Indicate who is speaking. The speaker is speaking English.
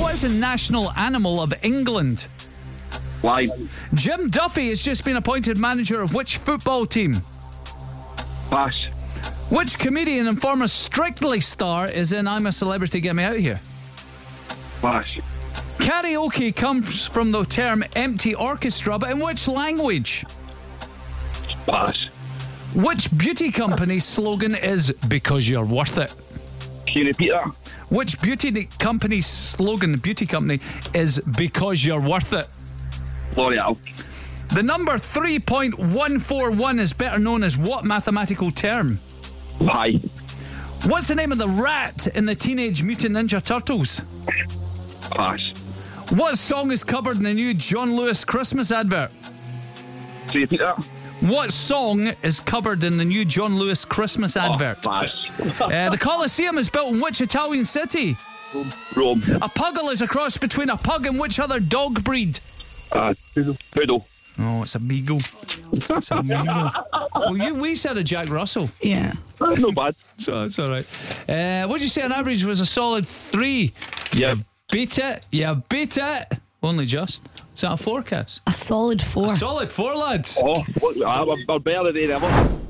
Speaker 1: What is the national animal of England?
Speaker 2: Live.
Speaker 1: Jim Duffy has just been appointed manager of which football team?
Speaker 2: Pass.
Speaker 1: Which comedian and former Strictly star is in I'm a Celebrity, Get Me Out of Here?
Speaker 2: Pass.
Speaker 1: Karaoke comes from the term empty orchestra, but in which language?
Speaker 2: Pass.
Speaker 1: Which beauty company's slogan is because you're worth it?
Speaker 2: Can you repeat ah. that?
Speaker 1: Which beauty company's slogan, beauty company, is because you're worth it?
Speaker 2: L'Oreal.
Speaker 1: The number 3.141 is better known as what mathematical term?
Speaker 2: Pie.
Speaker 1: What's the name of the rat in the Teenage Mutant Ninja Turtles?
Speaker 2: Pass.
Speaker 1: What song is covered in the new John Lewis Christmas advert?
Speaker 2: Can you repeat ah. that?
Speaker 1: What song is covered in the new John Lewis Christmas advert?
Speaker 2: Oh, pass.
Speaker 1: Uh, the Colosseum is built in which Italian city?
Speaker 2: Rome.
Speaker 1: A puggle is a cross between a pug and which other dog breed?
Speaker 2: Uh, poodle.
Speaker 1: Oh, it's a beagle. It's a beagle. well, you, we said a Jack Russell,
Speaker 3: Yeah.
Speaker 2: That's not Ah, bad.
Speaker 1: so that's all right. Uh, what'd you say on average was a solid three?
Speaker 2: Yeah.
Speaker 1: Beat it. Yeah, beat it. Only just. Is that a forecast?
Speaker 3: A solid four.
Speaker 1: Solid four, lads.
Speaker 2: ah, Oh, what, I'm, I'm better than ever.